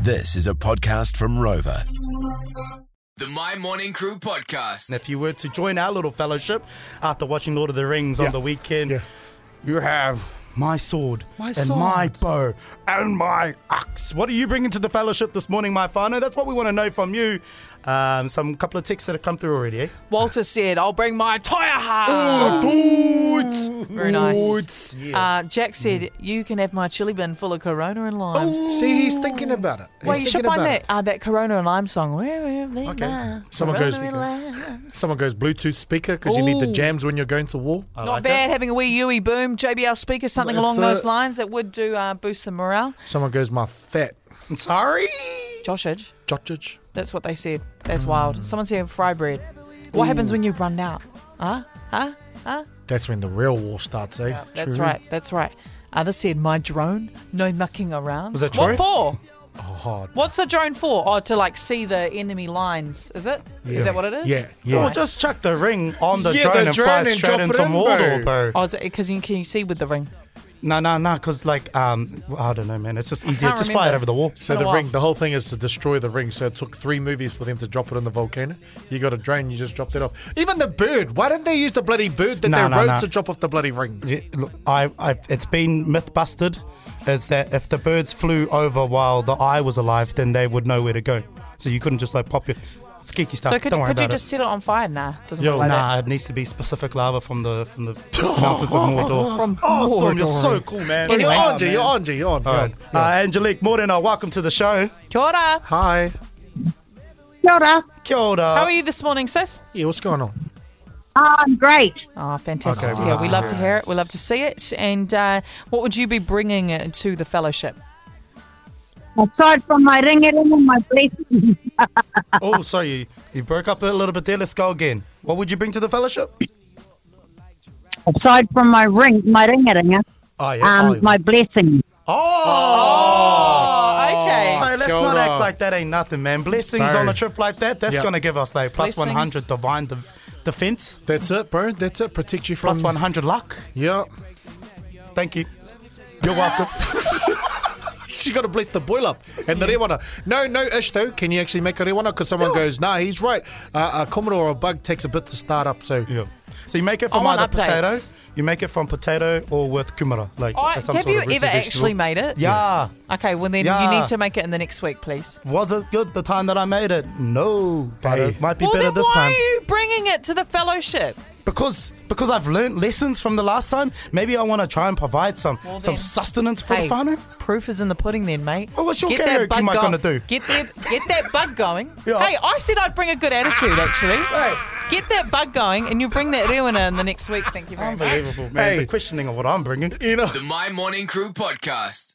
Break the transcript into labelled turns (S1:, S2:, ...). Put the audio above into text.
S1: This is a podcast from Rover.
S2: The My Morning Crew Podcast.
S3: And if you were to join our little fellowship after watching Lord of the Rings on
S4: Yeah.
S3: the weekend,
S4: Yeah.
S3: you have my sword
S4: My
S3: and
S4: sword.
S3: my bow and my axe. What are you bringing to the fellowship this morning, my whānau? That's what we want to know from you. Um, some couple of texts that have come through already. Eh?
S5: Walter said, I'll bring my tire heart. Very nice. Uh, Jack said, You can have my chili bin full of Corona and limes.
S3: Oh,
S4: See, he's thinking about it. He's
S5: Wait, you
S4: thinking
S5: should find
S4: about
S5: that, uh, that Corona and lime song. Where were we?
S3: Okay.
S5: now?
S4: Someone
S5: Corona
S4: goes-
S5: and lime.
S4: it. Someone goes Bluetooth speaker because you need the
S5: Ooh.
S4: jams when you're going to war.
S3: I
S5: Not
S3: like it.
S5: bad, having a wee Yui boom, JBL speaker, something
S4: It's
S5: along those
S4: a-
S5: lines that would do uh, boost the morale.
S4: Someone goes my fat
S3: I'm sorry.
S5: Joshage,
S4: jotage.
S5: that's what they said. That's wild. Someone said fry bread. What happens when you run out? Huh? Huh? Huh?
S4: That's when the real war starts, eh?
S5: That's
S4: True.
S5: right, that's right. Others said, My drone, no mucking around.
S3: Was that true?
S5: What for?
S4: Oh,
S5: What's a drone for? Oh, to like see the enemy lines. Is it? Is that what it is?
S4: Yeah, yeah.
S3: Well,
S5: Nice.
S3: Oh, just chuck the ring on the
S4: Yeah,
S3: drone
S4: the
S3: and
S4: drone
S3: fly
S4: and
S3: straight
S4: drop
S3: into
S4: it in, bro.
S3: Mordor, bro.
S5: Oh, is it because you can you see with the ring?
S3: No, no, no, because like, um, well, I don't know, man. It's just easier.
S5: can't
S3: Just fly it
S5: remember.
S3: over the wall.
S4: so
S5: been a
S4: the
S5: while.
S4: ring, the whole thing is to destroy the ring. So it took three movies for them to drop it in the volcano. You got a drone, you just dropped it off. Even the bird. Why didn't they use the bloody bird that
S3: No,
S4: they
S3: no,
S4: rode
S3: no.
S4: to drop off the bloody ring?
S3: Yeah, look, I, I, it's been myth busted is that if the birds flew over while the eye was alive, then they would know where to go. So you couldn't just like pop your. It's geeky stuff.
S5: So could,
S3: Don't worry
S5: could you
S3: about
S5: just set it on fire? Nah, doesn't
S4: Yo,
S5: work
S3: it.
S5: like
S3: Nah, it needs to be specific lava from the from the mountains of Mordor.
S5: that. From
S3: Oh, Storm, you're
S5: Mordor.
S3: so cool, man.
S5: Anyway.
S4: You're
S5: Wow,
S4: on, G, you're on, G, you're on.
S3: All
S4: you're
S3: right.
S4: on.
S3: Uh, Angelique Morena, welcome to the show.
S5: Kia ora.
S4: Hi.
S6: Kia ora.
S3: Kia ora.
S5: How are you this morning, sis?
S4: Yeah, what's going on?
S6: I'm great.
S5: Oh, fantastic.
S3: Okay,
S5: to hear. We love to hear it. We love to see it. And uh, what would you be bringing uh, to the fellowship?
S6: Aside from my ring and my blessings,
S3: oh, sorry, you, you broke up a little bit there. Let's go again. What would you bring to the fellowship?
S6: aside from my ring, my ring um,
S3: Oh, yeah. oh,
S6: my blessings.
S3: oh.
S5: Oh, okay.
S3: Hey, let's
S4: Kia
S3: not
S4: ora.
S3: act like that ain't nothing, man. Blessings
S4: No.
S3: on a trip like that, that's
S4: Yep.
S3: going to give us like plus
S5: Blessings.
S3: 100 divine de- defense,
S4: That's it, bro. That's it. Protect you from.
S3: plus 100 luck.
S4: Yeah.
S3: Thank you. You're welcome.
S4: She got to bless the boil up and the rewana. No, no ish though. Can you actually make a rewana? Because someone goes, nah, he's right. Uh, a komodo or a bug takes a bit to start up. So
S3: yeah. So you make it
S5: I
S3: from
S5: want
S3: either potato,
S5: updates.
S3: you make it from potato or with kumara. Like
S5: Oh,
S3: uh, some
S5: have
S3: sort
S5: you
S3: of rooted
S5: ever
S3: vegetable.
S5: actually made it?
S3: Yeah.
S5: Okay, well then
S3: Yeah.
S5: you need to make it in the next week, please.
S3: Was it good the time that I made it? No, but
S4: Hey.
S3: it might be
S5: well,
S3: better
S5: then
S3: this
S5: why
S3: time
S5: are you bringing it to the fellowship?
S3: because because I've learned lessons from the last time. Maybe I want to try and provide some
S5: Well
S3: some
S5: then.
S3: sustenance for
S5: Hey,
S3: the whānau.
S5: Proof is in the pudding, then, mate.
S3: Well, what's your
S5: Get that
S3: karaoke
S5: bug
S3: mic
S5: go-
S3: gonna do?
S5: Get that, get that bug going.
S3: Yeah.
S5: Hey, I said I'd bring a good attitude, actually. Get that bug going, and you bring that rewana
S3: Oh,
S5: in the next week. Thank you very much.
S3: Unbelievable, man.
S4: Hey.
S3: The questioning of what I'm bringing.
S4: you know.
S2: The My Morning Crew Podcast.